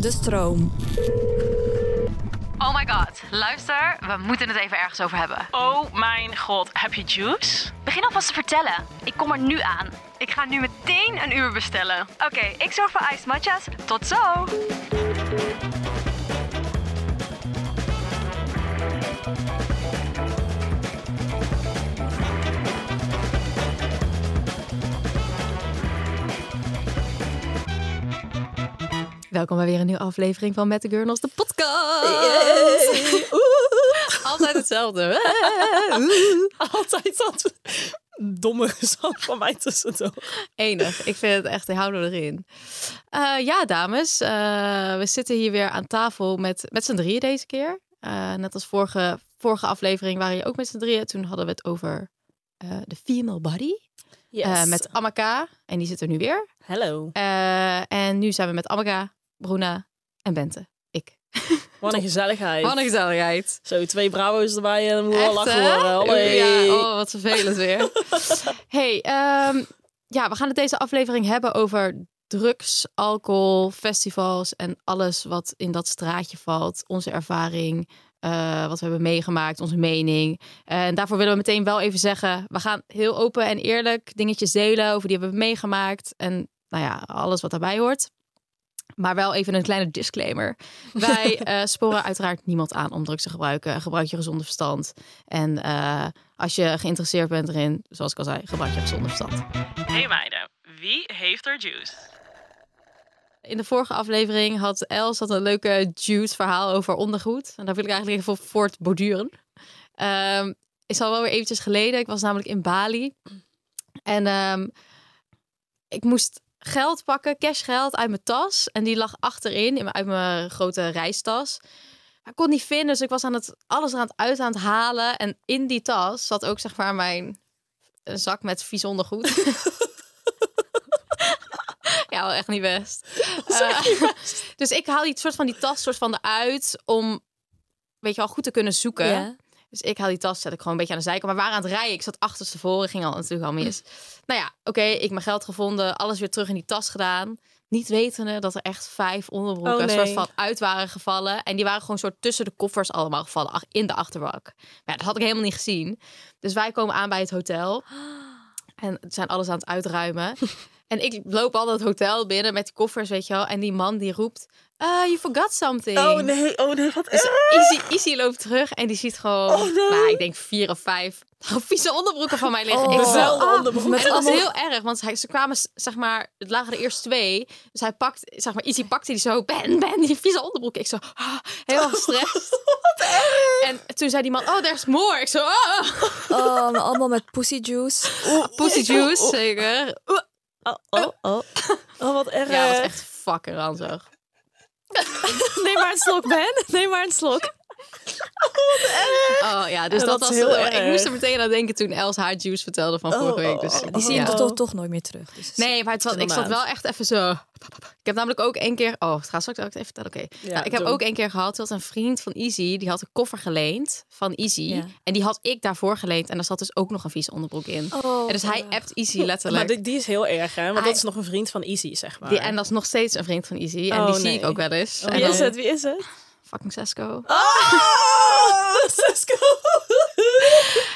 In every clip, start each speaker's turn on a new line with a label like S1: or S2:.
S1: De stroom.
S2: Oh my god, luister, we moeten het even ergens over hebben.
S3: Oh mijn god, heb je juice?
S2: Begin alvast te vertellen. Ik kom er nu aan.
S4: Ik ga nu meteen een uur bestellen.
S2: Oké, ik zorg voor ijs matcha's.
S4: Tot zo!
S1: Welkom bij weer een nieuwe aflevering van Met de Gurnals, de podcast.
S5: Altijd hetzelfde.
S3: Altijd dat domme gezang van mij tussendoor.
S5: Enig. Ik vind het echt, die houden we erin. Eh, ja, dames. eh, we zitten hier weer aan tafel met, met z'n drieën deze keer. Eh, net als vorige, vorige aflevering waren je ook met z'n drieën. Toen hadden we het over eh, de female body. eh, met Amaka. En die zit er nu weer.
S3: Hello.
S5: Eh, en nu zijn we met Amaka, Bruna en Bente. Ik.
S3: Wat een gezelligheid.
S5: Wat een gezelligheid.
S3: Zo, twee bravo's erbij en dan moet wel
S5: Echt,
S3: lachen
S5: hè?
S3: horen. Allee.
S5: Ja, oh, wat vervelend weer. hey, ehm, ja, we gaan het deze aflevering hebben over drugs, alcohol, festivals en alles wat in dat straatje valt. Onze ervaring, eh, wat we hebben meegemaakt, onze mening. En daarvoor willen we meteen wel even zeggen, we gaan heel open en eerlijk dingetjes delen over die hebben we meegemaakt. En nou ja, alles wat daarbij hoort. Maar wel even een kleine disclaimer. Wij eh, sporen uiteraard niemand aan om drugs te gebruiken. Gebruik je gezonde verstand. En eh, als je geïnteresseerd bent erin, zoals ik al zei, gebruik je gezonde verstand.
S3: Hey meiden, wie heeft er juice?
S5: In de vorige aflevering had Els had een leuke juice verhaal over ondergoed. En daar wil ik eigenlijk even op voortborduren. Ehm is al wel weer eventjes geleden. Ik was namelijk in Bali. En ehm, ik moest geld pakken, cashgeld uit mijn tas. En die lag achterin, in mijn, uit mijn grote reistas. Maar ik kon het niet vinden, dus ik was aan het, alles eraan het uit aan het halen. En in die tas zat ook zeg maar mijn eh, zak met vies ondergoed. ja, wel echt niet best. Eh, dus ik haal die soort van die tas soort van eruit om, weet je wel, goed te kunnen zoeken. Dus ik haal die tas, zet ik gewoon een beetje aan de zijkant. Maar waar aan het rijden, ik zat achterstevoren, ging al natuurlijk al mis. Nou ja, oké, ik mijn geld gevonden, alles weer terug in die tas gedaan. Niet wetende dat er echt vijf onderbroeken
S3: Oh, nee.
S5: soort van uit waren gevallen. En die waren gewoon soort tussen de koffers allemaal gevallen, ach- in de achterbak. Maar ja, dat had ik helemaal niet gezien. Dus wij komen aan bij het hotel. En ze zijn alles aan het uitruimen. en ik loop al dat hotel binnen met die koffers, weet je wel. En die man die roept, "Ah, you forgot something.
S3: Oh nee, oh nee, wat
S5: Dus
S3: is
S5: Izzy, Izzy loopt terug en die ziet gewoon,
S3: Oh, nee.
S5: nou, ik denk vier of vijf vieze onderbroeken van mij liggen.
S3: Oh,
S5: ik zo,
S3: dezelfde
S5: ah.
S3: onderbroeken.
S5: En dat was heel erg, want hij, ze kwamen, s- zeg maar, het lagen er eerst twee. Dus hij pakt, zeg maar, Izzy pakte die zo, ben, ben, die vieze onderbroeken. Ik zo, ah,
S3: Oh,
S5: heel gestrest. En toen zei die man, oh, there's more. Ik zo, oh,
S1: Oh, maar allemaal met pussy juice.
S5: pussy juice, zeker.
S3: Oh, oh, oh. Oh, wat erg.
S5: Ja, dat was echt fucking ranzig.
S4: Neem maar een slok, Ben. Neem maar een slok.
S5: Oh ja, dus
S3: Ja,
S5: dat,
S3: dat is
S5: was...
S3: heel
S5: Ik moest er
S3: erg.
S5: meteen aan denken toen Els haar juice vertelde van
S3: Oh,
S5: vorige week.
S3: oh,
S5: Dus,
S3: oh,
S1: Die zie je
S5: ja.
S1: toch, toch, toch nooit meer terug. Dus
S5: Nee, maar het was, ik zat
S3: Inderdaad.
S5: wel echt even zo. Ik heb namelijk ook één keer. Oh, het gaat straks ook even vertellen. Oké.
S3: Ja,
S5: Nou, ik heb
S3: doe.
S5: ook één keer gehad dat een vriend van Izzy. die had een koffer geleend van Izzy.
S1: Ja.
S5: En die had ik daarvoor geleend. En daar zat dus ook nog een vies onderbroek in.
S1: Oh,
S5: en dus hij
S1: erg.
S5: appt Izzy letterlijk.
S3: Maar die, die is heel erg, hè? Want
S5: Hij-
S3: dat is nog een vriend van Izzy, zeg maar.
S5: Die- en dat is nog steeds een vriend van Izzy. En
S3: Oh,
S5: die zie
S3: nee.
S5: ik ook wel eens.
S3: Oh,
S5: En
S4: Wie
S3: nee.
S5: dan-
S4: is het? Wie is het?
S5: Fucking Sesco.
S3: Oh, Cisco.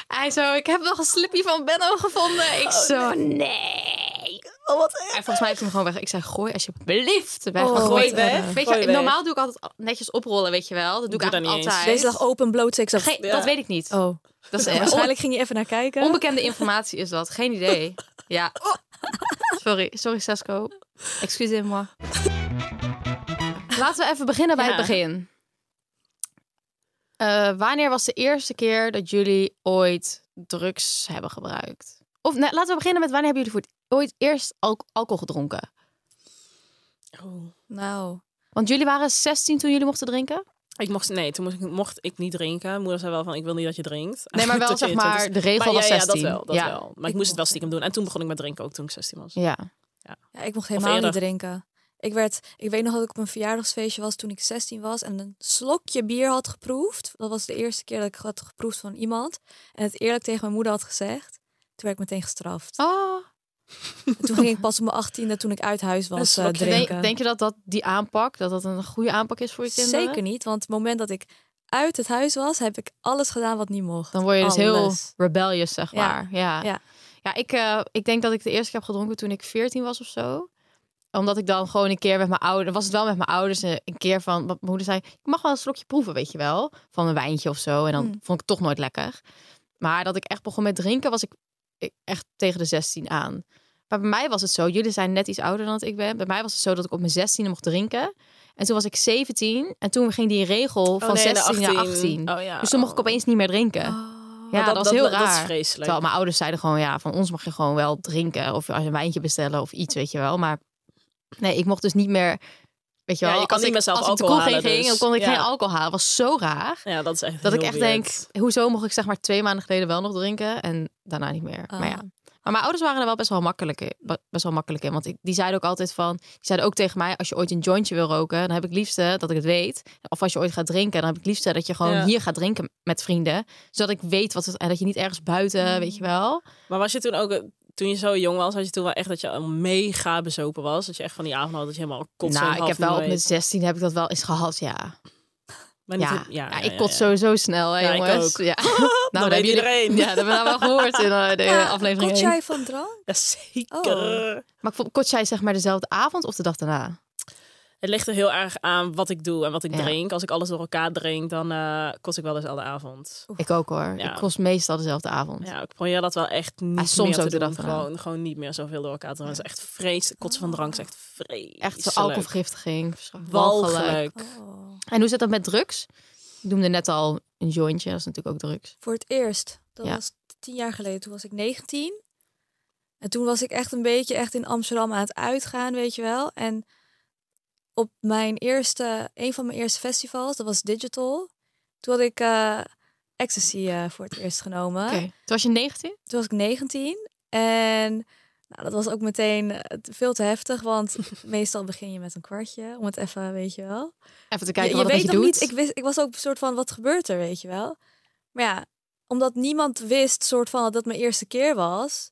S5: Hij zo, ik heb nog een slippy van Benno gevonden. Ik zo, nee.
S3: Oh, wat erg.
S5: En volgens mij heeft hij hem gewoon weg. Ik zei, gooi alsjeblieft weg.
S1: Oh,
S5: gooi
S3: gooi weg.
S5: Weet
S3: Gooi
S5: je,
S3: weg.
S5: normaal doe ik altijd netjes oprollen, weet je wel. Dat doe
S3: Doe
S5: ik
S3: dat
S5: eigenlijk
S3: niet eens.
S5: altijd.
S1: Deze lag open, bloot, seks.
S5: Geen-
S3: Ja.
S5: Dat weet ik niet.
S1: Oh,
S5: Dat is eh,
S1: waarschijnlijk ging je even naar
S5: on-
S1: kijken.
S5: onbekende informatie is dat. Geen idee. Ja.
S3: Oh.
S5: Sorry, sorry Sesco. Excusez-moi. Laten we even beginnen bij
S3: Ja.
S5: het begin. Eh, wanneer was de eerste keer dat jullie ooit drugs hebben gebruikt? Of nee, laten we beginnen met wanneer hebben jullie voor het ooit eerst alco- alcohol gedronken?
S3: Oh.
S1: Nou,
S5: Want jullie waren 16 toen jullie mochten drinken?
S3: Ik mocht, nee, toen mocht ik, mocht ik niet drinken. Moeder zei wel van, ik wil niet dat je drinkt.
S5: Nee, maar wel
S3: Tot je
S5: zeg maar,
S3: 21
S5: de regel
S3: Maar
S5: was
S3: ja,
S5: 16.
S3: Ja, dat wel, dat
S5: ja.
S3: wel. Maar ik moest het wel stiekem doen. En toen begon ik met drinken ook toen ik 16 was.
S5: Ja.
S1: ja, ik mocht helemaal niet
S3: eerder.
S1: drinken. Ik, werd, ik weet nog dat ik op een verjaardagsfeestje was toen ik 16 was en een slokje bier had geproefd. Dat was de eerste keer dat ik had geproefd van iemand. En het eerlijk tegen mijn moeder had gezegd. Toen werd ik meteen gestraft.
S5: Oh,
S1: En toen ging ik pas op mijn achttiende, toen ik uit huis was, eh,
S3: slokje.
S1: drinken.
S5: Denk, denk je dat, dat die aanpak, dat dat een goede aanpak is voor je kinderen?
S1: Zeker niet, want het moment dat ik uit het huis was, heb ik alles gedaan wat niet mocht.
S5: Dan word je dus heel
S1: Alles.
S5: rebellious, zeg
S1: Ja.
S5: maar. Ja,
S1: Ja.
S5: ja. ik, eh, ik denk dat ik de eerste keer heb gedronken toen ik 14 was of zo. Omdat ik dan gewoon een keer met mijn ouders... Was het wel met mijn ouders eh, een keer van... Wat mijn moeder zei, ik mag wel een slokje proeven, weet je wel. Van een wijntje of zo. En dan
S1: Mm.
S5: vond ik het toch nooit lekker. Maar dat ik echt begon met drinken, was ik ik echt tegen de 16 aan. Maar bij mij was het zo, jullie zijn net iets ouder dan dat ik ben. Bij mij was het zo dat ik op mijn 16 mocht drinken. En toen was ik 17. En toen ging die regel van 16 naar 18.
S3: Oh, ja.
S5: Dus toen mocht ik opeens niet meer drinken.
S1: Oh.
S5: ja, dat, was heel raar.
S3: Dat is vreselijk.
S5: Terwijl mijn ouders zeiden gewoon, ja, van ons mag je gewoon wel drinken. Of als je een wijntje bestellen of iets, weet je wel. Maar nee, ik mocht dus niet meer... Weet je
S3: Ja,
S5: wel,
S3: je kan
S5: als
S3: niet
S5: ik,
S3: meer zelf
S5: als ik de
S3: alcohol
S5: kroeg in
S3: halen,
S5: ging,
S3: dus.
S5: dan kon ik
S3: Ja.
S5: geen alcohol halen. was zo raar.
S3: ja, dat is echt
S5: Dat ik
S3: heel
S5: echt denk,
S3: weird.
S5: hoezo mocht ik zeg maar twee maanden geleden wel nog drinken en daarna niet meer. Maar
S3: Ah.
S5: ja. Maar mijn ouders waren er wel best wel makkelijk in. be- Best wel makkelijk in. Want ik, die zeiden ook altijd van... Die zeiden ook tegen mij, als je ooit een jointje wil roken... dan heb ik liefste dat ik het weet. Of als je ooit gaat drinken, dan heb ik liefste dat je gewoon
S3: Ja.
S5: hier gaat drinken met vrienden. Zodat ik weet wat het... En dat je niet ergens
S3: Mm.
S5: buiten, weet je wel.
S3: Maar was je toen ook, eh, toen je zo jong was, had je toen wel echt dat je al mega bezopen was? Dat je echt van die avond had dat je helemaal kotsen en
S5: nou, ik
S3: half
S5: heb wel
S3: moe
S5: op mijn
S3: weet.
S5: 16 heb ik dat wel eens gehad, ja.
S3: Maar niet-
S5: Ja, ja, ik kot sowieso snel, hè,
S3: Ja, ik
S5: jongens.
S3: ook.
S5: Ja. Nou,
S3: Dat
S5: dat
S3: weet
S5: hebben jullie-
S3: iedereen.
S5: Ja, dat hebben we nou wel gehoord in eh, de
S1: Ja,
S5: aflevering
S1: kot
S5: één.
S1: jij van drank?
S3: Ja, zeker.
S1: Oh.
S5: Maar ik vond- kot jij zeg maar dezelfde avond of de dag daarna?
S3: Het ligt er heel erg aan wat ik doe en wat ik
S5: Ja.
S3: drink. Als ik alles door elkaar drink, dan eh kot ik wel eens alle avond.
S5: Ik ook hoor.
S3: Ja.
S5: Ik kost meestal dezelfde avond.
S3: Ja, ik probeer dat wel echt niet
S5: Ah, soms
S3: meer
S5: ook
S3: te
S5: de
S3: doen.
S5: dag erna.
S3: gewoon, gewoon niet meer zoveel door elkaar te doen. Dat is echt vrees. Kotsen van drank is echt vrees.
S5: Ah. Echt zo alcoholvergiftiging. verschrikkelijk. Walgelijk.
S3: Walgelijk.
S1: Oh.
S5: En hoe zit dat met drugs? Ik noemde net al een jointje. Dat is natuurlijk ook drugs.
S1: Voor het eerst. Dat
S5: Ja.
S1: was tien jaar geleden. Toen was ik 19. En toen was ik echt een beetje echt in Amsterdam aan het uitgaan, weet je wel. En op mijn eerste, een van mijn eerste festivals, dat was Digital. Toen had ik eh, Ecstasy eh, voor het eerst genomen.
S5: Oké. Toen was je 19?
S1: Toen was ik 19. En nou, dat was ook meteen eh, veel te heftig, want meestal begin je met een kwartje. Om het even, weet je wel.
S5: Even te kijken
S1: je, je
S5: wat het
S1: weet
S5: met je
S1: nog
S5: doet.
S1: niet. Ik, wist, ik was ook een soort van wat gebeurt er, weet je wel. Maar ja, omdat niemand wist, soort van dat het mijn eerste keer was,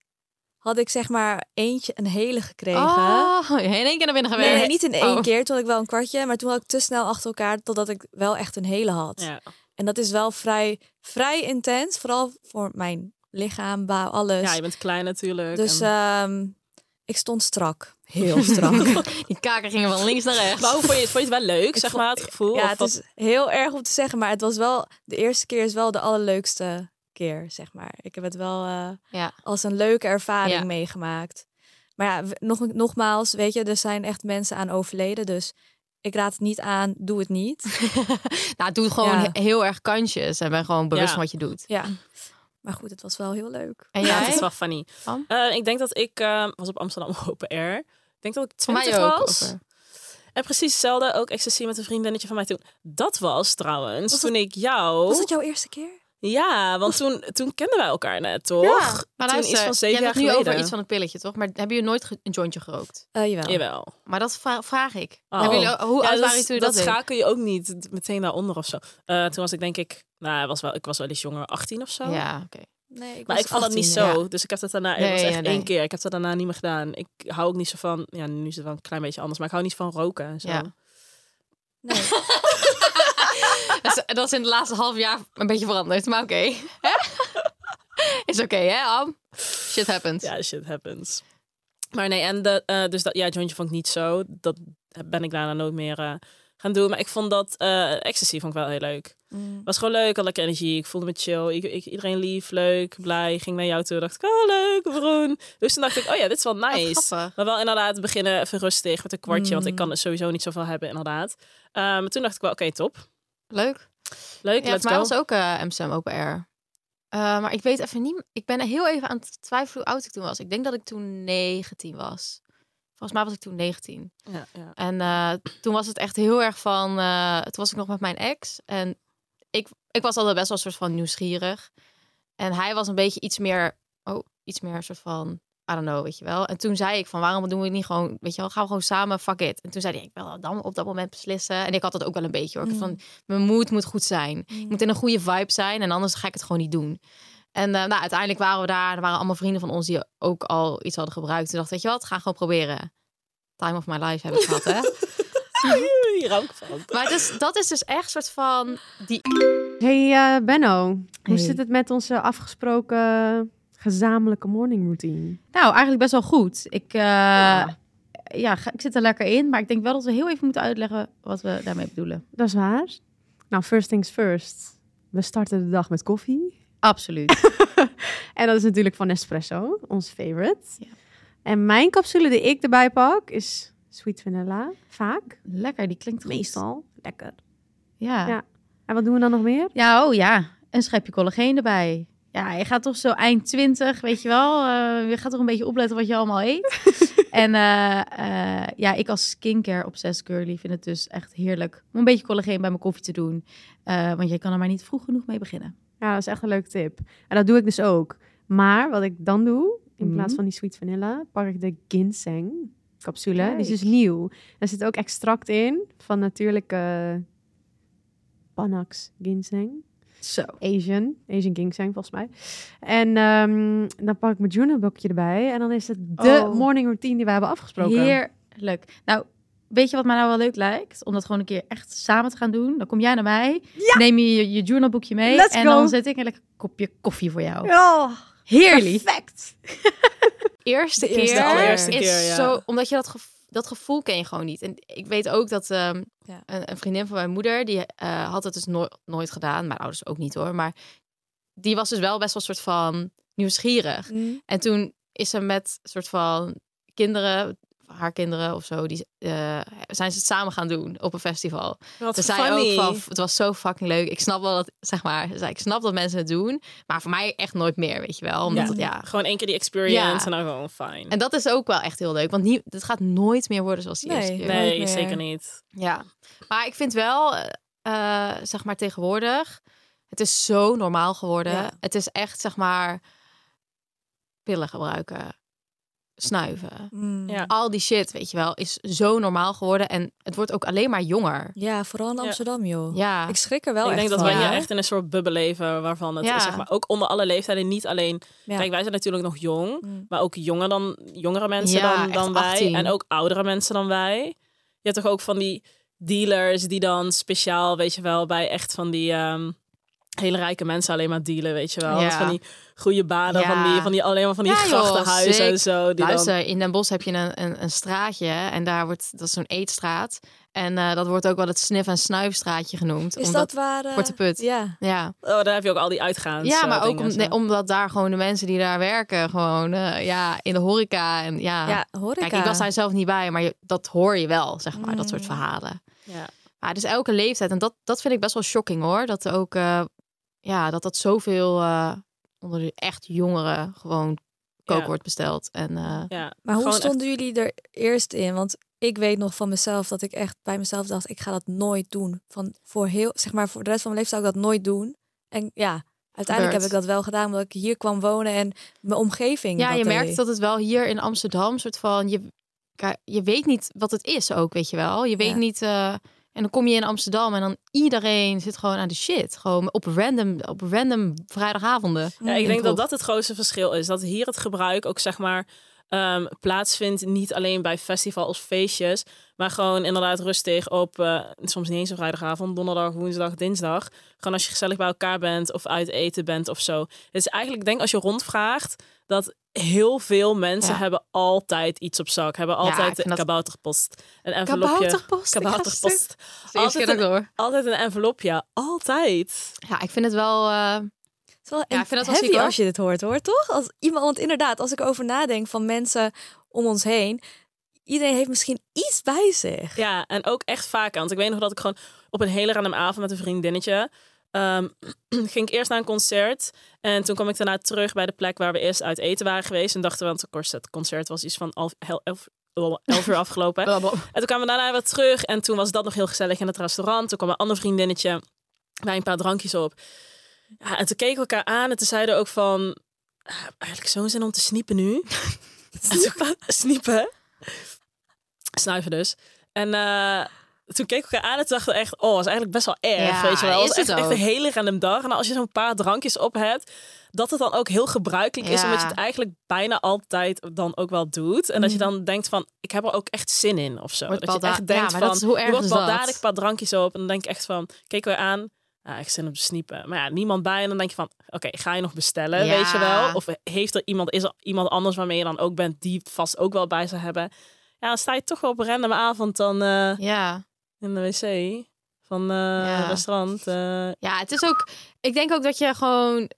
S1: had ik zeg maar eentje een hele gekregen.
S5: Oh, in één keer naar binnen
S1: Nee,
S5: gewerkt.
S1: nee, niet in één
S5: Oh.
S1: keer. Toen had ik wel een kwartje, maar toen had ik te snel achter elkaar totdat ik wel echt een hele had.
S3: Ja.
S5: Oh.
S1: En dat is wel vrij, vrij intens, vooral voor mijn lichaam, bouw,
S5: Dus
S1: alles.
S3: ja, je bent klein natuurlijk.
S1: dus
S3: en-
S1: ehm, ik stond strak, heel strak.
S5: Die kaken gingen van links naar rechts.
S3: Maar hoe vond je het? Vond je het wel leuk, zeg
S1: vond-
S3: maar, het gevoel?
S1: Ja,
S3: Of
S1: het
S3: wat-
S1: is heel erg om te zeggen, maar het was wel de eerste keer is wel de allerleukste keer, zeg maar. Ik heb het wel eh,
S5: Ja.
S1: als een leuke ervaring
S5: Ja.
S1: meegemaakt. Maar ja, w- nog, nogmaals, weet je, er zijn echt mensen aan overleden, dus ik raad het niet aan, doe het niet.
S5: Nou, doe gewoon
S1: Ja.
S5: he- heel erg kantjes. En ben gewoon bewust
S3: Ja.
S5: van wat je doet.
S1: ja, maar goed, het was wel heel leuk.
S5: En
S3: Ja, het
S5: jij?
S3: is wel funny.
S5: Pam?
S3: Eh, ik denk dat ik eh, was op Amsterdam Open Air. Ik denk dat ik
S5: Voor mij
S3: 20
S5: ook,
S3: was.
S5: over.
S3: En precies hetzelfde, ook ecstasy met een vriendinnetje van mij toen. Dat was trouwens toen ik jou...
S1: Was dat jouw eerste keer?
S3: Ja, want toen, toen kenden wij elkaar net, toch? toen
S5: Maar luister,
S3: iets van zeven
S5: jij
S3: jaar
S5: hebt het nu
S3: geleden.
S5: over iets van het pilletje, toch? Maar hebben jullie nooit ge- een jointje gerookt?
S1: Eh, jawel.
S3: Jawel.
S5: Maar dat vra- vraag ik.
S3: Oh.
S5: Hebben jullie, hoe
S3: Ja,
S5: oud
S3: dat,
S5: waren jullie toen je
S3: dat
S5: dat deed?
S3: schakel je ook niet meteen daaronder of zo. Eh, toen was ik denk ik... Nou, was wel, ik was wel eens jonger, 18 of zo.
S5: Ja, oké.
S1: Nee, ik
S3: Maar
S1: was
S3: ik vond dat niet
S1: 18, ja.
S3: zo. Dus ik heb dat daarna, het
S5: Nee,
S3: was echt
S5: ja,
S3: één
S5: nee.
S3: keer. Ik heb dat daarna niet meer gedaan. Ik hou ook niet zo van, ja, nu is het wel een klein beetje anders, maar ik hou niet van roken en zo.
S5: Ja.
S1: Nee.
S5: Dat is, dat is in het laatste half jaar een beetje veranderd, maar oké. Hè? is oké, hè, Am? Shit happens.
S3: Ja, shit happens. Maar nee, en de, eh, dus dat, ja, jointje vond ik niet zo. Dat ben ik daarna nooit meer eh, gaan doen. Maar ik vond dat, eh ecstasy vond ik wel heel leuk.
S1: Mm.
S3: Was gewoon leuk, had lekker energie. Ik voelde me chill. Ik, ik- iedereen lief, leuk, blij. Ging naar jou toe, dacht ik, oh leuk, Broen. Dus toen dacht ik, oh ja, dit is wel nice.
S5: grappig. Mm.
S3: Maar wel inderdaad beginnen even rustig met een kwartje, want ik kan er sowieso niet zoveel hebben, inderdaad. Eh, maar toen dacht ik wel, oké, top.
S5: Leuk.
S3: Leuk,
S5: Ja,
S3: let's
S5: voor mij
S3: go.
S5: was ook eh Amsterdam Open Air. Eh, maar ik weet even niet... Ik ben heel even aan het twijfelen hoe oud ik toen was. Ik denk dat ik toen 19 was. Volgens mij was ik toen 19.
S3: Ja, ja.
S5: En eh, toen was het echt heel erg van. eh, toen was ik nog met mijn ex. En ik, ik was altijd best wel een soort van nieuwsgierig. En hij was een beetje iets meer. Oh, iets meer een soort van. I don't know, weet je wel. En toen zei ik van waarom doen we het niet gewoon, weet je wel, gaan we gewoon samen, fuck it. En toen zei hij, ik wil dan op dat moment beslissen. En ik had dat ook wel een beetje hoor. Ik had van, mijn moed moet goed zijn. Ik moet in een goede vibe zijn en anders ga ik het gewoon niet doen. En eh, nou, uiteindelijk waren we daar. Er waren allemaal vrienden van ons die ook al iets hadden gebruikt. Toen dacht ik, weet je wat, ga gewoon proberen. Time of my life heb ik gehad, hè?
S3: Hier ook van.
S5: Maar het is, dat is dus echt soort van... Die...
S6: Hey eh, Benno, hoe
S5: Hey.
S6: zit het met onze afgesproken gezamenlijke morning routine?
S7: Nou, eigenlijk best wel goed. Ik, eh, ja. ga- ik zit er lekker in, maar ik denk wel dat we heel even moeten uitleggen wat we daarmee bedoelen.
S6: Dat is waar. Nou, first things first. We starten de dag met koffie.
S7: Absoluut.
S6: En dat is natuurlijk van Nespresso, ons favorite.
S7: Ja.
S6: En mijn capsule die ik erbij pak is sweet vanilla. Vaak.
S7: lekker, die klinkt goed.
S6: Meestal. Lekker.
S7: Ja.
S6: Ja.
S7: ja.
S6: En wat doen we dan nog meer?
S7: oh ja. Een schepje collageen erbij. Ja, je gaat toch zo eind 20, weet je wel. eh, je gaat toch een beetje opletten wat je allemaal eet. en eh, eh, ja, ik als skincare obsessed girly vind het dus echt heerlijk om een beetje collageen bij mijn koffie te doen. Eh, want je kan er maar niet vroeg genoeg mee beginnen.
S6: Ja, dat is echt een leuke tip. En dat doe ik dus ook. Maar wat ik dan doe, in
S7: Mhm.
S6: plaats van die sweet vanilla, pak ik de ginseng capsule. Die is dus
S7: Kijk.
S6: nieuw. Er zit ook extract in van natuurlijke Panax ginseng.
S7: Zo.
S6: Asian. Asian ginseng, volgens mij. En ehm, dan pak ik mijn journalboekje erbij. En dan is het de
S7: Oh.
S6: morning routine die we hebben afgesproken.
S7: Heerlijk. Nou, weet je wat mij nou wel leuk lijkt? Om dat gewoon een keer echt samen te gaan doen. Dan kom jij naar mij, neem je je, je journalboekje mee
S6: Let's
S7: en
S6: go.
S7: dan zet ik een lekker kopje koffie voor jou.
S6: Oh,
S7: Heerlijk.
S6: perfect.
S5: eerste
S1: De
S5: keer
S1: eerste,
S3: de allereerste
S5: is
S3: keer, ja.
S5: zo... Omdat je dat, gev- dat gevoel ken je gewoon niet. En ik weet ook dat ehm,
S1: Ja.
S5: een, een vriendin van mijn moeder... die eh, had het dus no- nooit gedaan. Mijn ouders ook niet hoor. Maar die was dus wel best wel soort van nieuwsgierig. En toen is ze met soort van kinderen... Haar kinderen of zo, die eh, zijn ze het samen gaan doen op een festival.
S3: Wat
S5: Ze zei ook van, "F- het was zo fucking leuk. Ik snap wel dat, zeg maar, ze zei, ik snap dat mensen het doen, maar voor mij echt nooit meer, weet je wel. Omdat
S3: Ja.
S5: het- ja.
S3: Gewoon één keer die experience
S5: Ja.
S3: en dan gewoon fijn.
S5: En dat is ook wel echt heel leuk, want nie, het gaat nooit meer worden zoals die
S1: Nee.
S5: eerste keer.
S1: nooit
S3: nee,
S1: meer.
S3: zeker niet.
S5: Ja, maar ik vind wel, eh, eh, zeg maar tegenwoordig, het is zo normaal geworden.
S1: Ja.
S5: Het is echt, zeg maar, pillen gebruiken, snuiven.
S1: Mm.
S3: Ja.
S5: Al die shit, weet je wel, is zo normaal geworden en het wordt ook alleen maar jonger.
S1: Ja, vooral in
S3: Ja.
S1: Amsterdam, joh.
S5: Ja,
S1: Ik schrik er wel
S3: ik
S1: echt
S3: denk dat
S1: van.
S3: wij hier
S5: ja.
S3: echt in een soort bubbel leven waarvan het
S5: Ja.
S3: zeg maar, ook onder alle leeftijden niet alleen.
S1: Ja.
S3: Kijk, wij zijn natuurlijk nog jong,
S1: Mm.
S3: maar ook jonger dan jongere mensen
S5: Ja,
S3: dan,
S5: echt
S3: dan wij
S5: 18.
S3: en ook oudere mensen dan wij. Je hebt toch ook van die dealers die dan speciaal, weet je wel, bij echt van die ehm, hele rijke mensen alleen maar dealen, weet je wel.
S5: Ja.
S3: Van die goede baden,
S5: Ja.
S3: van die, van die alleen maar van die
S5: Ja, joh,
S3: grachtenhuizen en
S5: sick.
S3: zo. Die dan...
S5: Luister, in Den Bosch heb je een, een, een straatje en daar wordt, dat is zo'n eetstraat. En eh, dat wordt ook wel het snif- en snuifstraatje genoemd.
S1: Is
S5: omdat,
S1: dat waar... eh,
S5: Korte put.
S1: Ja.
S5: Ja,
S3: Oh, daar heb je ook al die uitgaans.
S5: ja
S3: eh,
S5: maar ook
S3: dingen
S5: om,
S3: zo.
S5: nee, omdat daar gewoon de mensen die daar werken, gewoon eh, ja, in de horeca. En, ja.
S1: ja, horeca.
S5: Kijk, ik was daar zelf niet bij, maar je- dat hoor je wel, zeg maar, dat soort
S1: Mm.
S5: verhalen.
S3: Ja.
S5: Maar dus elke leeftijd, en dat, dat vind ik best wel shocking hoor. Dat er ook, eh, ja, dat dat zoveel eh, onder de echt jongeren gewoon kook
S3: Ja.
S5: wordt besteld. En eh,
S3: Ja.
S1: Maar hoe
S3: Gewoon echt-
S1: stonden jullie er eerst in? Want ik weet nog van mezelf dat ik echt bij mezelf dacht, ik ga dat nooit doen. Van voor heel, zeg maar, voor de rest van mijn leven zou ik dat nooit doen. En ja, uiteindelijk heb
S5: Gebeurt.
S1: ik dat wel gedaan, omdat ik hier kwam wonen en mijn omgeving.
S5: Ja,
S1: dat
S5: je
S1: deed.
S5: merkt dat het wel hier in Amsterdam soort van je, ka- je weet niet wat het is ook, weet je wel. Je weet
S1: Ja.
S5: niet. eh, en dan kom je in Amsterdam en dan iedereen zit gewoon aan de shit. Gewoon op random, op random vrijdagavonden.
S3: Ja, ik
S5: Mm, in
S3: denk
S5: de
S3: dat
S5: kroeg.
S3: dat het grootste verschil is. Dat hier het gebruik ook zeg maar ehm, plaatsvindt. Niet alleen bij festivals of feestjes. Maar gewoon inderdaad rustig op eh, soms niet eens een vrijdagavond, donderdag, woensdag, dinsdag. Gewoon als je gezellig bij elkaar bent of uit eten bent of zo. Het is eigenlijk, ik denk als je rondvraagt, dat heel veel mensen
S5: Ja.
S3: hebben altijd iets op zak. Hebben
S5: Ja, ik
S3: altijd
S5: vind
S3: een
S5: dat-
S3: kabouterpost. Een envelopje.
S5: Kabouterpost. ik ga stuk.
S3: Kabouterpost.
S5: Eerst keer dat ik
S3: een,
S5: het hoor.
S3: altijd een envelopje. Altijd.
S5: Ja, ik vind het wel. eh,
S1: Het is wel
S5: Ja,
S1: ja,
S5: ik vind dat wel
S1: heavy
S5: ziek, hoor.
S1: als je dit hoort, hoor, toch? Als iemand, want inderdaad, als ik over nadenk van mensen om ons heen, iedereen heeft misschien iets bij zich.
S3: Ja, en ook echt vaak. Want ik weet nog dat ik gewoon op een hele random avond met een vriendinnetje. ehm, ging ik eerst naar een concert. En toen kwam ik daarna terug bij de plek waar we eerst uit eten waren geweest. En dachten we, want of course, het concert was iets van elf, elf, elf, elf uur afgelopen. En toen kwamen we daarna weer terug. En toen was dat nog heel gezellig in het restaurant. Toen kwam een ander vriendinnetje. Wij een paar drankjes op. Ja, en toen keken we elkaar aan. En toen zeiden we ook van... "Ah, Eigenlijk zo'n zin om te sniepen nu. En toen- sniepen. Snuiven dus. En eh, toen keek ik elkaar aan en toen dachten we echt, oh, is eigenlijk best wel erg,
S5: Ja,
S3: weet je wel. Het
S5: is
S3: is echt,
S5: het
S3: echt een
S5: ook.
S3: hele random dag. En als je zo'n paar drankjes op hebt, dat het dan ook heel gebruikelijk is,
S5: Ja.
S3: omdat je het eigenlijk bijna altijd dan ook wel doet. En
S5: Mhm.
S3: dat je dan denkt van, ik heb er ook echt zin in of zo.
S5: Wordt
S3: dat je
S5: balda-
S3: echt denkt
S5: ja, maar
S3: van,
S5: dat is hoe erg
S3: je wordt
S5: is
S3: wel
S5: dat?
S3: dadelijk een paar drankjes op. En dan denk ik echt van, keek weer aan. Nou, echt zin om te sniepen. Maar ja, niemand bij. En dan denk je van, oké, ga je nog bestellen,
S5: Ja.
S3: weet je wel? Of heeft er iemand, is er iemand anders waarmee je dan ook bent, die vast ook wel bij zou hebben? Ja, dan sta je toch wel op een random avond dan eh,
S5: Ja.
S3: in de wc van eh
S5: Ja.
S3: restaurant. eh.
S5: ja, het is ook... Ik denk ook dat je gewoon...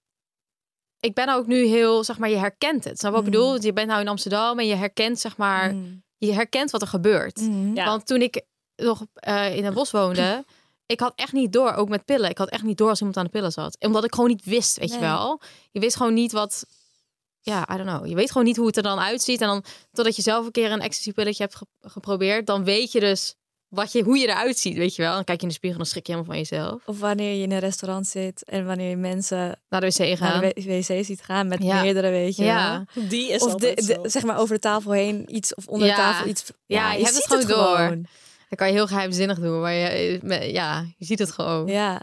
S5: Ik ben ook nu heel, zeg maar, je herkent het. Snap je wat ik
S3: Hmm.
S1: Mhm.
S5: bedoel? Je bent nou in Amsterdam en je herkent, zeg maar...
S1: Mm.
S5: Mhm. Je herkent wat er
S3: Hmm.
S5: gebeurt.
S3: Ja.
S5: Want toen ik nog eh, in een bos woonde, ik had echt niet door, ook met pillen. Ik had echt niet door als iemand aan de pillen zat. Omdat ik gewoon niet wist, weet je
S1: Nee.
S5: wel. Je wist gewoon niet wat. Ja, I don't know. Je weet gewoon niet hoe het er dan uitziet. En dan totdat je zelf een keer een ecstasy-pilletje hebt ge- geprobeerd, dan weet je dus wat je, hoe je eruit ziet, weet je wel. Dan kijk je in de spiegel en dan schrik je helemaal van jezelf.
S1: Of wanneer je in een restaurant zit en wanneer je mensen
S5: Naar de wc
S1: naar
S5: gaan.
S1: de w- wc ziet gaan met
S5: Ja.
S1: meerdere, weet je wel.
S5: ja.
S3: Die is
S1: Of de,
S3: altijd
S1: de-
S3: zo.
S1: zeg maar over de tafel heen iets of onder
S5: Ja.
S1: de tafel iets.
S5: Ja,
S1: ziet
S5: je hebt het gewoon door. Dan kan je heel geheimzinnig doen, maar je, eh, me- ja, je ziet het gewoon.
S1: Ja.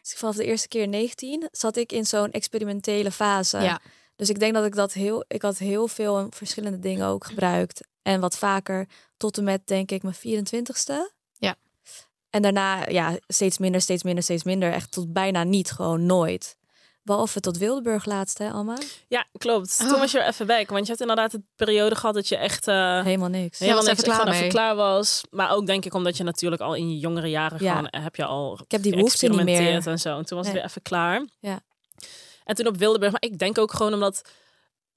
S1: Dus vanaf de eerste keer 19 zat ik in zo'n experimentele fase.
S5: Ja.
S1: Dus ik denk dat ik dat heel, ik had heel veel verschillende dingen ook gebruikt. En wat vaker tot en met denk ik mijn 24ste.
S5: Ja.
S1: En daarna ja, steeds minder, steeds minder, steeds minder. Echt tot bijna niet, gewoon nooit. Behalve tot Wildeburg laatst, hè, Alma?
S3: Ja, klopt. Toen was je er even weg. Want je had inderdaad een periode gehad dat je echt... eh,
S1: Helemaal niks.
S5: Ja. was
S3: helemaal niks,
S5: even klaar
S3: gewoon even
S5: mee.
S3: klaar was. Maar ook denk ik omdat je natuurlijk al in je jongere jaren
S1: Ja.
S3: gewoon eh, heb je al
S1: Ik heb die behoefte niet meer.
S3: geëxperimenteerd en zo. En toen was het
S1: Nee.
S3: weer even klaar.
S1: Ja.
S3: En toen op Wildeburg. Maar ik denk ook gewoon omdat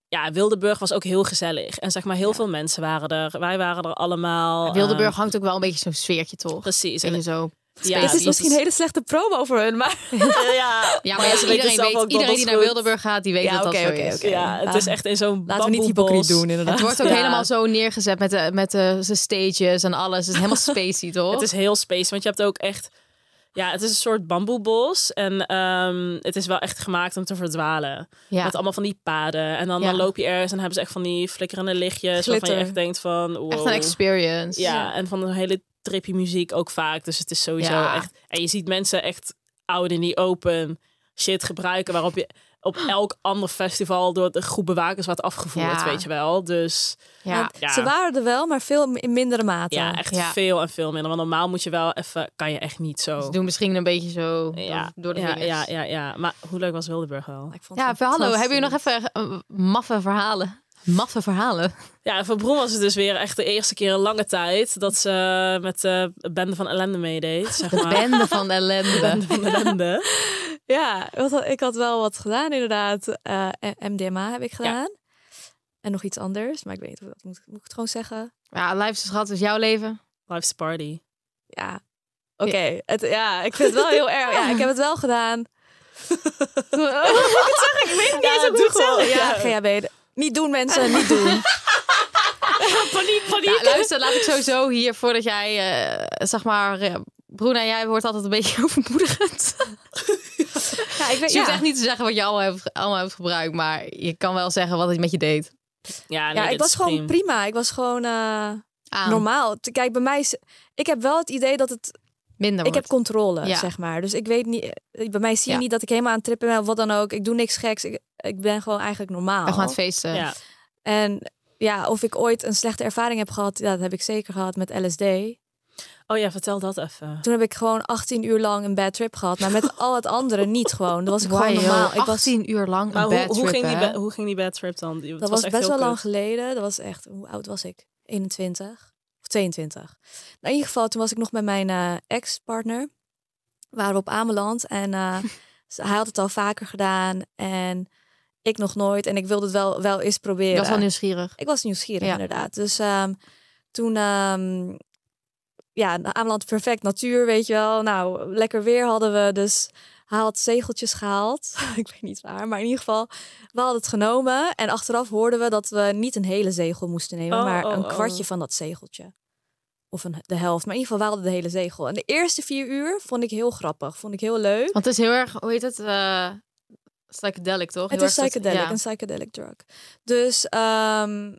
S3: ja, Wildeburg was ook heel gezellig. En zeg maar heel veel mensen waren er. Wij waren er allemaal.
S5: Wildeburg
S3: Eh,
S5: hangt ook wel een beetje zo'n sfeertje, toch? Dus
S3: precies. En
S5: Weet je zo.
S3: ja,
S1: Dit is
S3: precies.
S1: misschien een hele slechte promo voor hun, maar...
S3: ja.
S5: Ja,
S3: Maar
S5: maar ja,
S3: ze weten
S5: iedereen,
S3: zelf
S5: weet,
S3: ook dat
S5: iedereen
S3: dat is
S5: die naar
S3: goed.
S5: Wildeburg gaat, die weet
S1: Ja,
S5: dat
S1: oké,
S5: dat zo
S1: oké,
S5: is.
S1: oké.
S3: Ja, het is echt in zo'n
S1: Ah. Laten we niet hypocriet
S3: babbelbos.
S1: doen,
S5: Het
S1: inderdaad.
S5: wordt ook
S3: Ja.
S5: helemaal zo neergezet met, de, met de, zijn stages en alles. Het is helemaal spacey, toch?
S3: Het is heel space, want je hebt ook echt... Ja, het is een soort bamboebos. En ehm, het is wel echt gemaakt om te verdwalen.
S5: ja.
S3: Met allemaal van die paden. En dan,
S5: Ja.
S3: dan loop je ergens en hebben ze echt van die flikkerende lichtjes. Waarvan
S1: Glitter.
S3: je echt denkt van... Wow.
S5: Echt een experience.
S3: Ja, en van een hele trippy muziek ook vaak. Dus het is sowieso
S5: Ja.
S3: echt... En je ziet mensen echt oud in die open shit gebruiken. Waarop je op elk ander festival door de groep bewakers wordt afgevoerd,
S5: Ja.
S3: weet je wel. Dus
S5: Ja.
S1: Want
S3: Ja.
S1: Ze waren er wel, maar veel in mindere mate.
S3: ja, echt
S5: Ja.
S3: veel en veel minder. Want normaal moet je wel even... Kan je echt niet zo...
S5: Dus Ze doen misschien een beetje zo
S3: Ja,
S5: door de
S3: ja,
S5: vingers.
S3: ja, ja, ja. Maar hoe leuk was Wildeburg wel?
S1: Ik vond
S5: Ja,
S1: het
S5: voor- hallo.
S1: fantastisch.
S5: Hebben jullie nog even eh, maffe verhalen? Maffe verhalen.
S3: Ja, en voor Broen was het dus weer echt de eerste keer in lange tijd dat ze eh, met de bende van ellende meedeed, zeg
S5: De
S3: maar.
S5: Ah. bende van ellende.
S3: Bende van ellende.
S1: Ja, want ik had wel wat gedaan inderdaad. Eh, MDMA heb ik gedaan. En nog iets anders, maar ik weet niet of ik dat moet, moet ik het gewoon zeggen.
S5: Ja, live is schat, is jouw leven.
S3: Life's a party.
S1: Ja, oké. het- Ja. ik vind het wel heel erg. Ja, ik heb het wel gedaan.
S3: Ja, doe gewoon.
S1: Ja, GHB. Niet doen mensen, niet doen.
S3: Paniek, paniek.
S5: Ja, luister, laat ik sowieso hier voordat jij, eh, zeg maar, eh, Bruna, jij wordt altijd een beetje overmoedigend.
S1: Ja, ik weet,
S5: Dus je hoeft
S1: ja.
S5: echt niet te zeggen wat je allemaal hebt, allemaal hebt gebruikt, maar je kan wel zeggen wat het met je deed.
S3: Ja, nee,
S1: ja, ik
S3: dit
S1: was
S3: is
S1: gewoon
S3: prima.
S1: prima. Ik was gewoon eh,
S5: Aan.
S1: normaal. Te- Kijk, bij mij is... Ik heb wel het idee dat het
S5: Minder
S1: Ik heb
S5: wordt.
S1: controle,
S5: Ja.
S1: zeg maar. Dus ik weet niet, eh, bij mij zie je
S5: Ja.
S1: niet dat ik helemaal aan het trippen ben of wat dan ook. Ik doe niks geks. Ik, ik ben gewoon eigenlijk normaal.
S5: En gewoon aan het feesten.
S3: Ja.
S1: En ja, of ik ooit een slechte ervaring heb gehad, ja, dat heb ik zeker gehad met LSD.
S3: Oh ja, vertel dat even.
S1: Toen heb ik gewoon 18 uur lang een bad trip gehad, maar met al het andere niet gewoon. Dat was ik gewoon normaal. Ik was,
S5: 18 uur lang
S3: Maar
S5: een
S3: hoe,
S5: bad
S3: hoe,
S5: trip,
S3: ging die
S5: hè?
S3: ba- hoe ging die bad trip dan? Die- het
S1: dat was,
S3: echt
S1: best
S3: heel
S1: wel lang
S3: kut.
S1: geleden. Dat was echt, hoe oud was ik? 21 of 22. Nou, in ieder geval, toen was ik nog met mijn eh, ex-partner. Waren we op Ameland en eh, ze- hij had het al vaker gedaan en ik nog nooit. En ik wilde het wel, wel eens
S5: Ik
S1: proberen.
S5: was wel nieuwsgierig.
S1: Ik was nieuwsgierig,
S5: Ja.
S1: inderdaad. Dus ehm, toen, ehm, ja, Ameland perfect natuur, weet je wel. Nou, lekker weer hadden we, dus hij had zegeltjes gehaald. ik weet niet waar, maar in ieder geval, we hadden het genomen. En achteraf hoorden we dat we niet een hele zegel moesten nemen,
S3: Oh,
S1: maar
S3: oh,
S1: een
S3: oh.
S1: kwartje van dat zegeltje. Of een, de helft, maar in ieder geval, we hadden de hele zegel. En de eerste vier uur vond ik heel grappig, vond ik heel leuk.
S5: Want het is heel erg, hoe heet het? eh psychedelic, toch?
S1: Het
S5: Heel
S1: is
S5: erg dat-
S1: psychedelic,
S5: ja.
S1: een psychedelic drug. Dus ehm,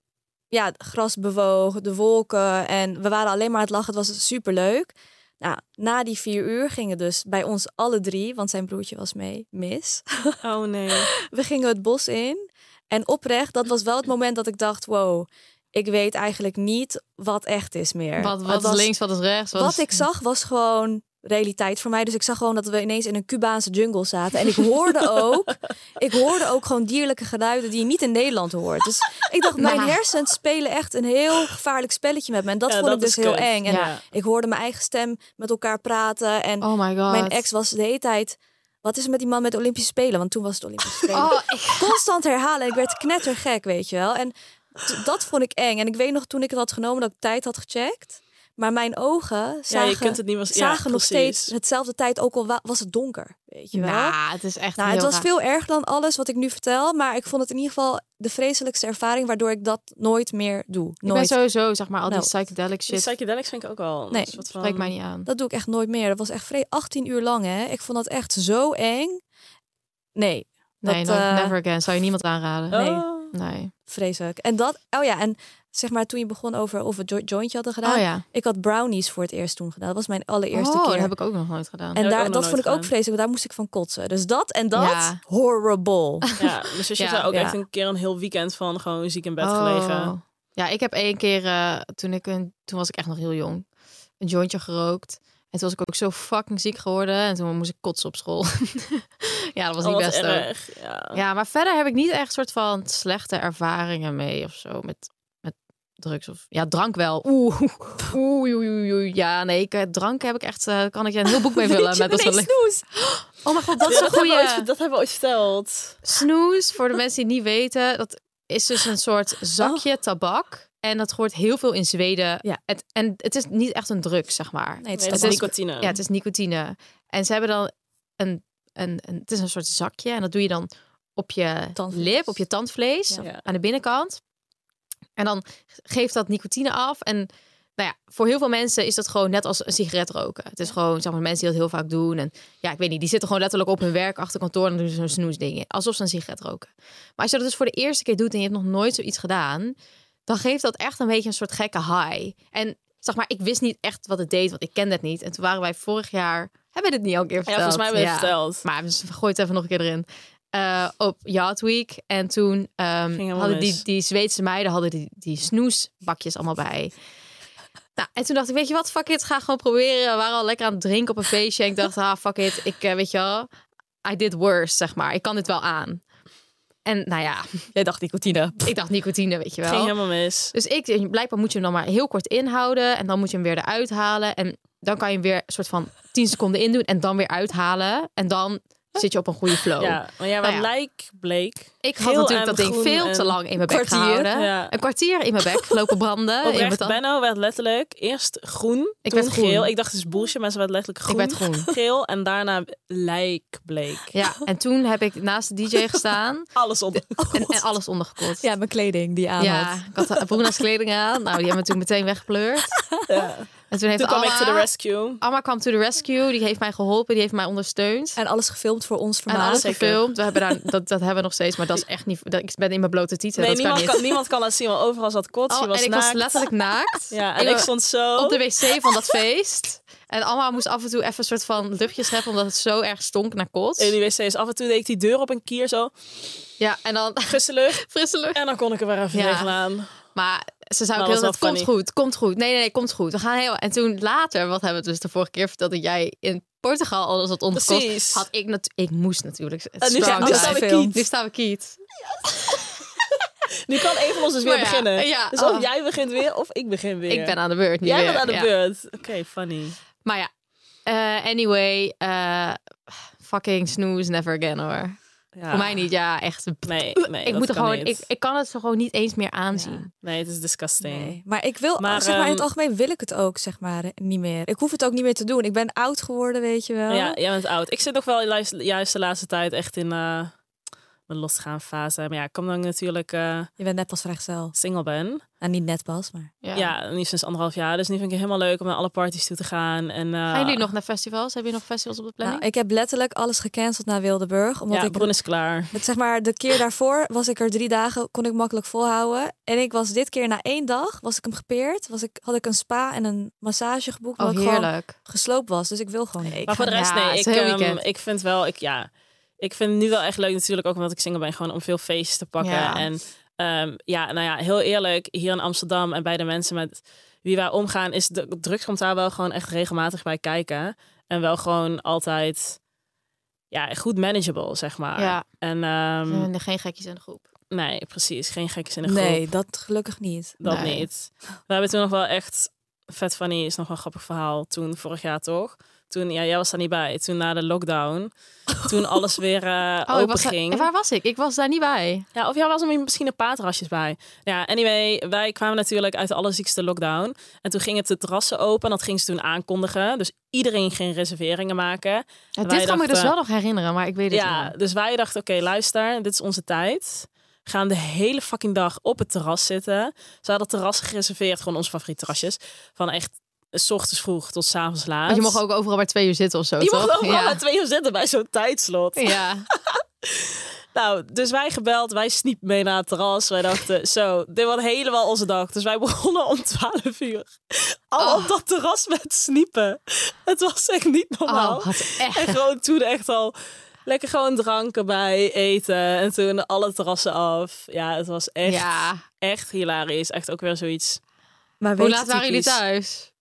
S1: ja, het gras bewoog, de wolken. En we waren alleen maar aan het lachen. Het was superleuk. Nou, na die vier uur gingen dus bij ons alle drie, want zijn broertje was mee, mis.
S3: Oh nee.
S1: We gingen het bos in. En oprecht, dat was wel het moment dat ik dacht, wow, ik weet eigenlijk niet wat echt is meer.
S5: Wat,
S1: Het
S5: wat is
S1: was-
S5: links, wat is rechts? Wat,
S1: Wat
S5: is-
S1: ik zag was gewoon realiteit voor mij. Dus ik zag gewoon dat we ineens in een Cubaanse jungle zaten. En ik hoorde ook, ik hoorde ook gewoon dierlijke geluiden die je niet in Nederland hoort. Dus ik dacht, mijn hersens spelen echt een heel gevaarlijk spelletje met me. En dat
S3: Nou. Ja,
S1: vond
S3: dat
S1: ik dus
S3: is
S1: heel
S3: kut.
S1: eng. En
S3: Ja.
S1: ik hoorde mijn eigen stem met elkaar praten. En
S5: Oh my god.
S1: mijn ex was de hele tijd... Wat is er met die man met de Olympische Spelen? Want toen was het Olympische Spelen
S5: Oh, ik-
S1: constant herhalen. En ik werd knettergek, weet je wel. En t- dat vond ik eng. En ik weet nog toen ik het had genomen dat ik tijd had gecheckt. Maar mijn ogen
S3: Ja,
S1: zagen,
S3: je kunt het niet was.
S1: zagen
S3: ja,
S1: nog
S3: precies.
S1: steeds hetzelfde tijd, ook al wa- was het donker, weet je wel.
S5: Nou, het is echt
S1: nou,
S5: heel
S1: het was
S5: raar.
S1: veel erger dan alles wat ik nu vertel. Maar ik vond het in ieder geval de vreselijkste ervaring... waardoor ik dat nooit meer doe.
S5: Ik ben
S1: Nooit.
S5: sowieso, zeg maar, al die
S1: Nou,
S5: psychedelic
S3: Die
S5: shit.
S3: psychedelics vind ik ook al.
S1: Nee,
S3: wat van...
S5: Spreek mij niet aan.
S1: Dat doe ik echt nooit meer. Dat was echt vre- 18 uur lang, hè. Ik vond dat echt zo eng. Nee,
S5: Nee,
S1: dat,
S5: no-
S1: eh,
S5: never again. Zou je niemand aanraden?
S1: Nee.
S3: Oh.
S5: Nee.
S1: vreselijk. En dat, oh ja, en zeg maar toen je begon over of we jo- jointje hadden gedaan...
S5: Oh ja.
S1: Ik had brownies voor het eerst toen gedaan. Dat was mijn allereerste
S5: oh,
S1: keer.
S5: dat heb ik ook nog nooit gedaan.
S1: En
S3: Heb ik ook
S1: daar,
S3: nog
S1: dat
S3: nooit
S1: vond ik ook
S3: gedaan.
S1: vreselijk, want daar moest ik van kotsen. Dus dat en dat,
S5: Ja.
S1: horrible.
S3: Ja, mijn zusje
S5: Ja,
S3: zei ook
S1: ja.
S3: echt een keer een heel weekend van gewoon ziek in bed
S5: Oh.
S3: gelegen.
S5: Ja, ik heb één keer, eh, toen, ik een, toen was ik echt nog heel jong, een jointje gerookt. En toen was ik ook zo fucking ziek geworden. En toen moest ik kotsen op school. ja, dat was eh,
S3: Oh,
S5: niet
S3: wat
S5: best leuk.
S3: erg. Ja.
S5: Ja, maar verder heb ik niet echt soort van slechte ervaringen mee of zo met, met drugs of ja, drank wel. Oeh, oeh, oeh, oeh, oeh. Ja, nee, ik, eh, drank heb ik echt, eh, kan ik je een heel boek mee vullen met dat soort dingen. Oh mijn god, dat is
S3: Ja, dat,
S5: een
S3: hebben we ooit,
S5: goede
S3: dat hebben we ooit verteld.
S5: snoes. Voor de mensen die het niet weten, dat is dus een soort zakje tabak. En dat hoort heel veel in Zweden.
S1: Oh. Ja.
S5: Het, en het is niet echt een drug, zeg maar.
S1: Nee, het
S3: Nee,
S1: is
S3: dat is
S1: tabak.
S3: nicotine.
S5: Ja, het is nicotine. En ze hebben dan een, een, een, het is een soort zakje en dat doe je dan op je
S1: Tandvlees.
S5: lip, op je tandvlees,
S1: Ja.
S3: Ja.
S5: aan de binnenkant. En dan geeft dat nicotine af. En nou ja, voor heel veel mensen is dat gewoon net als een sigaret roken. Het is gewoon, zeg maar, mensen die dat heel vaak doen. En ja, ik weet niet, die zitten gewoon letterlijk op hun werk achter kantoor en dan doen ze zo'n snoesding. Alsof ze een sigaret roken. Maar als je dat dus voor de eerste keer doet en je hebt nog nooit zoiets gedaan, dan geeft dat echt een beetje een soort gekke high. En zeg maar, ik wist niet echt wat het deed, want ik kende het niet. En toen waren wij vorig jaar, hebben we dit niet al een keer
S3: Ja,
S5: verteld?
S3: volgens mij hebben we het
S5: Ja.
S3: verteld.
S5: Maar dus gooi het even nog een keer erin. Eh, op Yacht Week. En toen ehm,
S3: helemaal
S5: hadden die,
S3: mis.
S5: die Zweedse meiden hadden die, die snoesbakjes allemaal bij. Nou, en toen dacht ik, weet je wat, fuck it, ga gewoon proberen. We waren al lekker aan het drinken op een feestje. En ik dacht, ah, fuck it, ik eh, weet je wel, I did worse, zeg maar. Ik kan dit wel aan. En nou ja,
S3: Jij dacht nicotine.
S5: ik dacht nicotine, weet je wel.
S3: Ging helemaal mis.
S5: Dus ik, blijkbaar moet je hem dan maar heel kort inhouden. En dan moet je hem weer eruit halen. En dan kan je hem weer een soort van 10 seconden indoen. En dan weer uithalen. En dan zit je op een goede flow.
S3: Ja, maar ja,
S5: Nou
S3: wat
S5: ja.
S3: lijk bleek.
S5: Ik had
S3: Geel
S5: natuurlijk
S3: en
S5: dat ding
S3: groen
S5: veel te
S3: en
S5: lang in mijn bek
S1: kwartier,
S5: gehouden.
S3: ja.
S5: Een kwartier in mijn bek lopen branden. in mijn
S3: Oprecht,
S5: tand.
S3: Benno werd letterlijk eerst groen,
S5: Ik
S3: toen
S5: werd groen.
S3: geel. Ik dacht het is bullshit, maar ze werd letterlijk groen,
S5: werd groen.
S3: geel en daarna lijk bleek.
S5: Ja, en toen heb ik naast de
S3: Oh
S5: DJ gestaan.
S3: Alles op.
S5: en, en alles ondergekotst.
S1: Ja, mijn kleding die aan
S5: Ja,
S1: had.
S5: ik had eh, Bruna's kleding aan. Nou, die hebben we toen meteen weggepleurd.
S3: Ja.
S5: En toen heeft
S3: Toen kwam ik
S5: Amma,
S3: to the rescue.
S5: Amma kwam to the rescue. Die heeft mij geholpen. Die heeft mij ondersteund.
S1: En alles gefilmd voor ons
S5: En
S1: vermaak.
S5: alles
S3: Ah, zeker.
S5: gefilmd. We hebben daar, dat, dat hebben we nog steeds, maar dat is echt niet. Dat, ik ben in mijn blote titel.
S3: Nee,
S5: dat kan
S3: niemand
S5: niet.
S3: kan, niemand kan dat zien, want overal zat kots,
S5: Oh,
S3: je was
S5: en ik
S3: naakt.
S5: was letterlijk naakt.
S3: Ja, en ik stond zo...
S5: op de wc van dat feest. En Alma moest af en toe even een soort van luchtje scheppen, omdat het zo erg stonk naar kots.
S3: in die wc is af en toe deed ik die deur op een kier zo,
S5: Ja, en dan
S3: frisse lucht.
S5: frisse lucht.
S3: En dan kon ik er weer even
S5: Ja.
S3: tegenaan.
S5: Maar ze zei
S3: Maar
S5: ook heel
S3: was
S5: dat
S3: wel
S5: komt
S3: funny.
S5: goed, komt goed. Nee, nee, nee, komt goed. We gaan heel. En toen later, wat hebben we dus de vorige keer verteld dat jij in Portugal alles had onderkost.
S3: Precies.
S5: Had ik nat- ik moest natuurlijk. het
S3: En nu,
S5: strong
S3: zijn, nu
S1: Ja,
S3: staan we
S1: film.
S3: kiet.
S5: Nu staan we kiet.
S3: Nu kan een van ons dus weer
S5: Maar ja,
S3: beginnen.
S5: ja,
S3: dus of
S5: oh.
S3: jij begint weer, of ik begin weer.
S5: Ik ben aan de beurt. nu
S3: Jij
S5: weer.
S3: bent aan de
S5: Ja.
S3: beurt. Oké, funny.
S5: Maar ja, eh, anyway, eh, fucking snooze never again hoor.
S3: Ja.
S5: Voor mij niet, ja, echt.
S3: Ah. Nee, nee,
S5: ik
S3: dat
S5: moet er
S3: kan
S5: gewoon, ik,
S3: niet.
S5: ik kan het zo gewoon niet eens meer aanzien.
S3: Nee, het is disgusting.
S1: Nee. Maar ik wil,
S3: Maar,
S1: zeg maar, in het
S3: ehm,
S1: algemeen wil ik het ook, zeg maar, niet meer. Ik hoef het ook niet meer te doen. Ik ben oud geworden, weet je wel.
S3: Ja, jij bent oud. Ik zit nog wel juist, juist de laatste tijd echt in eh, mijn losgaan fase. Maar ja, ik kom dan natuurlijk eh,
S1: Je bent net pas vrijgezel.
S3: single ben.
S1: Nou, niet net pas, maar...
S5: Ja.
S3: Ja, nu sinds anderhalf jaar. Dus nu vind ik het helemaal leuk om naar alle parties toe te gaan. En, eh,
S5: Gaan jullie nog naar festivals? Hebben jullie nog festivals op de planning?
S1: Nou, ik heb letterlijk alles gecanceld naar Wildeburg. Omdat
S3: Ja,
S1: ik
S3: Broen is klaar.
S1: Het, zeg maar, de keer daarvoor was ik er drie dagen, kon ik makkelijk volhouden. En ik was dit keer na één dag, was ik hem gepeerd. Was ik, had ik een spa en een massage geboekt,
S3: Nou,
S5: oh,
S1: omdat ik gewoon
S5: heerlijk.
S1: gesloopt was. Dus ik wil gewoon niet.
S3: Maar voor de rest,
S5: Ja,
S3: nee, ik,
S5: het is heel
S3: ehm,
S5: weekend.
S3: ik vind wel, ik, ja, ik vind het nu wel echt leuk natuurlijk, ook omdat ik single ben, gewoon om veel feesten te pakken.
S5: Ja.
S3: En ehm, ja, nou ja, heel eerlijk, hier in Amsterdam en bij de mensen met wie wij omgaan, is de drugs komt daar wel gewoon echt regelmatig bij kijken. En wel gewoon altijd, ja, goed manageable, zeg maar.
S5: Ja.
S3: En Ah, ehm,
S5: Er zijn Geen gekjes in de groep.
S3: nee, precies, geen gekjes in de groep.
S1: Nee, dat gelukkig niet.
S3: Dat
S5: Nee.
S3: niet. We hebben toen nog wel echt... Vet Funny is nog wel een grappig verhaal. Toen, vorig jaar toch? Toen, ja, jij was daar niet bij. Toen na de lockdown. Toen alles weer eh
S5: Oh, ik
S3: open
S5: was daar-
S3: ging.
S5: waar was ik? Ik was daar niet bij.
S3: Ja, of jij was er misschien een paar terrasjes bij. Ja, anyway, wij kwamen natuurlijk uit de allerziekste lockdown. En toen gingen de terrassen open. En dat gingen ze toen aankondigen. Dus iedereen ging reserveringen maken.
S5: Ja, dit
S3: Wij
S5: kan me dus
S3: dachten-
S5: wel nog herinneren, maar ik weet het
S3: Ja,
S5: niet meer.
S3: dus wij dachten, oké, luister, dit is onze tijd. We Gaan de hele fucking dag op het terras zitten. Ze hadden terrassen gereserveerd, gewoon onze favoriete terrasjes. Van echt eh, s ochtends vroeg tot s avonds laat.
S5: Want je mocht ook overal maar twee uur zitten of zo,
S3: Je
S5: toch?
S3: mocht overal
S5: ja.
S3: maar twee uur zitten bij zo'n tijdslot.
S5: Ja.
S3: Nou, dus wij gebeld, wij sniep mee naar het terras. Wij dachten, zo, dit was helemaal onze dag. Dus wij begonnen om 12 uur. Al
S5: Ah.
S3: op dat terras met sniepen. Het was echt niet normaal.
S5: Oh, wat echt.
S3: En gewoon toen echt al lekker gewoon drank erbij, eten. En toen alle terrassen af. Ja, het was echt,
S5: Ja.
S3: echt hilarisch. Echt ook weer zoiets.
S1: Maar
S5: Hoe
S1: weet,
S5: laat waren jullie thuis?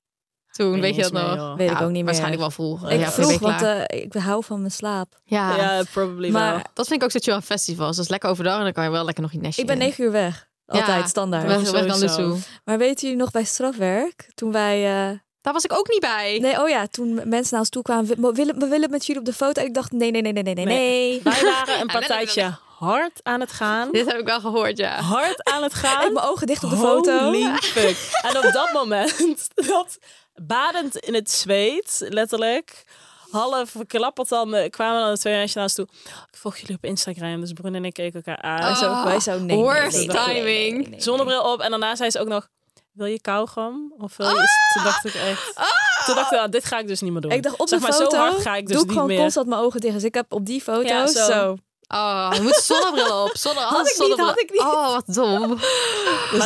S5: Toen,
S3: Ik
S5: weet je dat
S3: niet eens meer,
S5: nog?
S3: joh.
S1: weet ik ook niet meer.
S5: Waarschijnlijk wel vroeg.
S1: Ik
S5: ja,
S1: vroeg,
S5: week
S1: want
S5: later.
S1: eh, ik hou van mijn slaap.
S5: ja.
S3: Ja, probably wel.
S1: Maar
S5: Dat vind ik ook zo chill aan festivals. Dat is lekker overdag en dan kan je wel lekker nog je nestje
S1: ik ben
S5: in.
S1: negen uur weg. Altijd,
S5: Ja,
S1: standaard.
S5: Weg, weg naar
S3: Sowieso.
S5: Luzu.
S1: Maar weten jullie nog bij strafwerk? Toen wij... eh,
S5: Daar was ik ook niet bij.
S1: Nee, oh ja, toen mensen naar ons toe kwamen. We we willen, we willen met jullie op de foto. En ik dacht, nee, nee, nee, nee, nee, nee. nee.
S3: Wij waren een partijtje hard aan het gaan.
S5: Dit heb ik wel gehoord, ja.
S3: Hard aan het gaan.
S1: Ik mijn ogen dicht op de foto.
S3: Holy fuck. En op dat moment, dat badend in het zweet, letterlijk, half klappertanden, kwamen er twee meisjes naar ons toe. Ik volg jullie op Instagram, dus Broen en ik keken elkaar aan.
S1: Wij zo, wij zo, nee,
S5: worst
S1: nee, nee, nee, nee, nee,
S5: timing.
S1: nee.
S3: Ah, Zonnebril op en daarna zei ze ook nog, wil je kauwgom? Of wil je... Toen dacht ik echt... Toen dacht ik, nou, dit ga ik dus niet meer doen.
S1: Ik dacht, op
S3: zeg
S1: de
S3: maar,
S1: foto
S3: zo hard ga ik dus
S1: doe ik
S3: niet
S1: gewoon
S3: meer.
S1: constant mijn ogen dicht. Dus ik heb op die foto
S3: Ja,
S1: zo.
S3: zo. Dus
S5: Oh, je moet zonnebril op. Zonne, had
S1: ik niet, had ik niet.
S5: Oh, wat dom.
S3: maar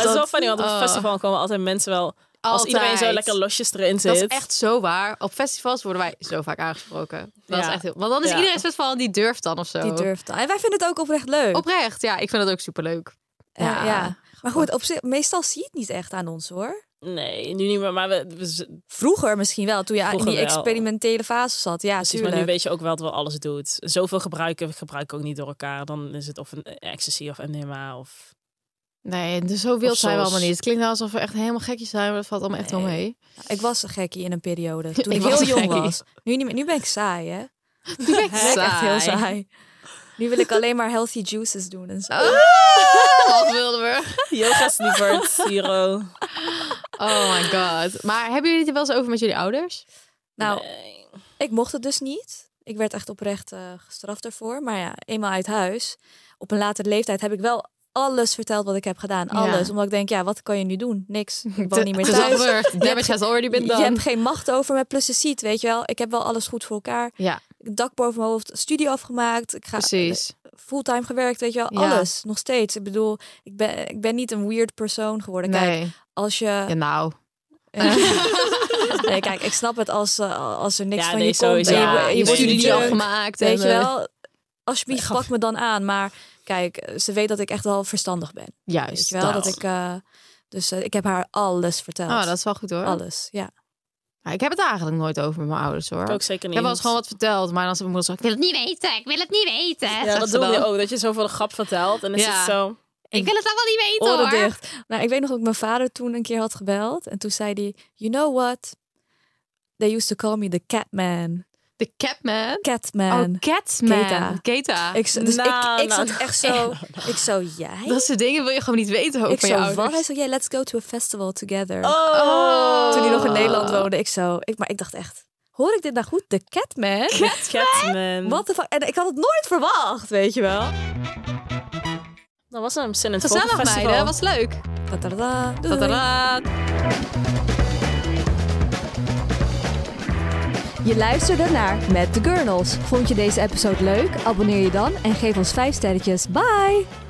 S3: het is wel funny, want op
S5: Oh.
S3: het festival komen Ah. altijd mensen wel... Als
S5: Altijd.
S3: iedereen zo lekker losjes erin zit.
S5: Dat is echt zo waar. Op festivals worden wij zo vaak aangesproken. Dat
S3: Ja.
S5: is echt heel... Want dan is
S3: Ja.
S5: iedereen een soort van, die durft dan of zo.
S1: eh, Die durft dan. En wij vinden het ook oprecht leuk.
S5: Oprecht, ja. Ik vind dat ook superleuk.
S1: Eh,
S5: ja.
S1: ja. Maar goed, op zich, meestal zie je het niet echt aan ons hoor.
S3: Nee, nu niet meer. Maar we, we,
S1: Vroeger misschien wel, toen je in
S3: Vroeger
S1: die
S3: wel.
S1: experimentele fase zat. Ja,
S3: Precies, maar nu
S1: tuurlijk.
S3: weet je ook wel dat we alles doet. Zoveel gebruiken gebruiken ook niet door elkaar. Dan is het of een ecstasy of MDMA of...
S5: Nee, dus zo
S3: Of
S5: wild zijn we
S3: zoals-
S5: allemaal niet. Het klinkt nou alsof we echt helemaal gekjes zijn, maar dat valt allemaal echt wel
S1: Nee.
S5: mee.
S1: Ik was een gekkie in een periode, toen ik,
S5: Ik was
S1: heel
S5: een
S1: jong
S5: gekkie.
S1: was. Nu, niet meer, nu ben ik saai, hè? Nu
S5: Nu ben ik
S1: ben ik echt heel
S5: saai.
S1: saai. Nu wil ik alleen maar healthy juices doen en zo.
S3: Ah!
S5: Ah! Wat wilden we?
S3: Yoga sniffert, Siro.
S5: Oh my god. Maar hebben jullie het er wel eens over met jullie ouders?
S1: Nou,
S3: Nee.
S1: ik mocht het dus niet. Ik werd echt oprecht eh, gestraft daarvoor. Maar ja, eenmaal uit huis, op een latere leeftijd, heb ik wel alles verteld wat ik heb gedaan.
S5: Ja.
S1: Alles. Omdat ik denk, ja, wat kan je nu doen? Niks. Ik woon niet meer
S5: Het is al
S1: thuis.
S5: gebeurd. Damage has already been
S1: Je hebt
S5: done.
S1: geen macht over me, plus je ziet, weet je wel. Ik heb wel alles goed voor elkaar.
S5: Ja,
S1: Dak boven mijn hoofd, studie afgemaakt. Ik ga
S5: precies.
S1: nou, eh, fulltime gewerkt, weet je wel.
S5: Ja.
S1: Alles, nog steeds. Ik bedoel, ik ben, ik ben niet een weird persoon geworden. Kijk,
S5: Nee.
S1: als je...
S5: Ja, nou.
S1: nee, kijk, ik snap het als, eh, als er niks
S3: Ja,
S1: van
S3: nee,
S1: je komt.
S3: sowieso.
S1: en
S3: Ja,
S1: Dus je,
S5: je,
S1: je
S3: nee,
S1: wordt
S5: studie
S3: niet
S5: niet
S1: druk.
S5: afgemaakt. en,
S1: Weet je
S5: eh,
S1: wel, alsjeblieft,
S5: gaf-
S1: pak me dan aan. Maar kijk, ze weet dat ik echt wel verstandig ben. Weet
S5: Juist.
S1: je wel, dat ik... eh, dus eh, ik heb haar alles verteld.
S5: Oh, dat is wel goed hoor.
S1: Alles, ja.
S5: Maar ik heb het eigenlijk nooit over met mijn ouders hoor.
S3: Ik ook zeker
S5: Ik
S3: niet.
S5: heb wel eens gewoon wat verteld, maar dan zei mijn moeder zo, ik wil het niet weten, ik wil het niet weten.
S3: Ja,
S5: zegt
S3: dat
S5: ze
S3: doen we
S5: dan.
S3: ook. Dat je zoveel grap vertelt. En dan
S5: Ja.
S3: is het zo...
S5: Ik wil het allemaal niet weten
S1: oren
S5: hoor.
S1: dicht. Nou, ik weet nog dat ik mijn vader toen een keer had gebeld. En toen zei hij, you know what? They used to call me the Catman.
S5: De Catman.
S1: Catman.
S5: Oh, Catman.
S1: Keta.
S5: Keta.
S1: ik, z- dus
S3: Nou,
S1: ik, ik
S3: nou,
S1: zat echt zo... Ik zo, jij?
S5: Dat soort dingen wil je gewoon niet weten ook
S1: ik
S5: van je
S1: zo,
S5: ouders.
S1: wat? Hij zo, yeah, let's go to a festival together.
S3: Oh!
S1: Toen hij nog in Nederland woonde, ik zo... Ik, maar ik dacht echt, hoor ik dit nou goed? De Catman?
S3: Catman.
S1: Wat de fuck? En ik had het nooit verwacht, weet je wel.
S3: Dat was een Sin and Folk
S5: Gezellig
S3: festival.
S5: meiden, was leuk.
S1: Tadada, doei.
S5: Tadaa.
S1: Je luisterde naar Met de Gurnals. Vond je deze episode leuk? Abonneer je dan en geef ons 5 sterretjes. Bye!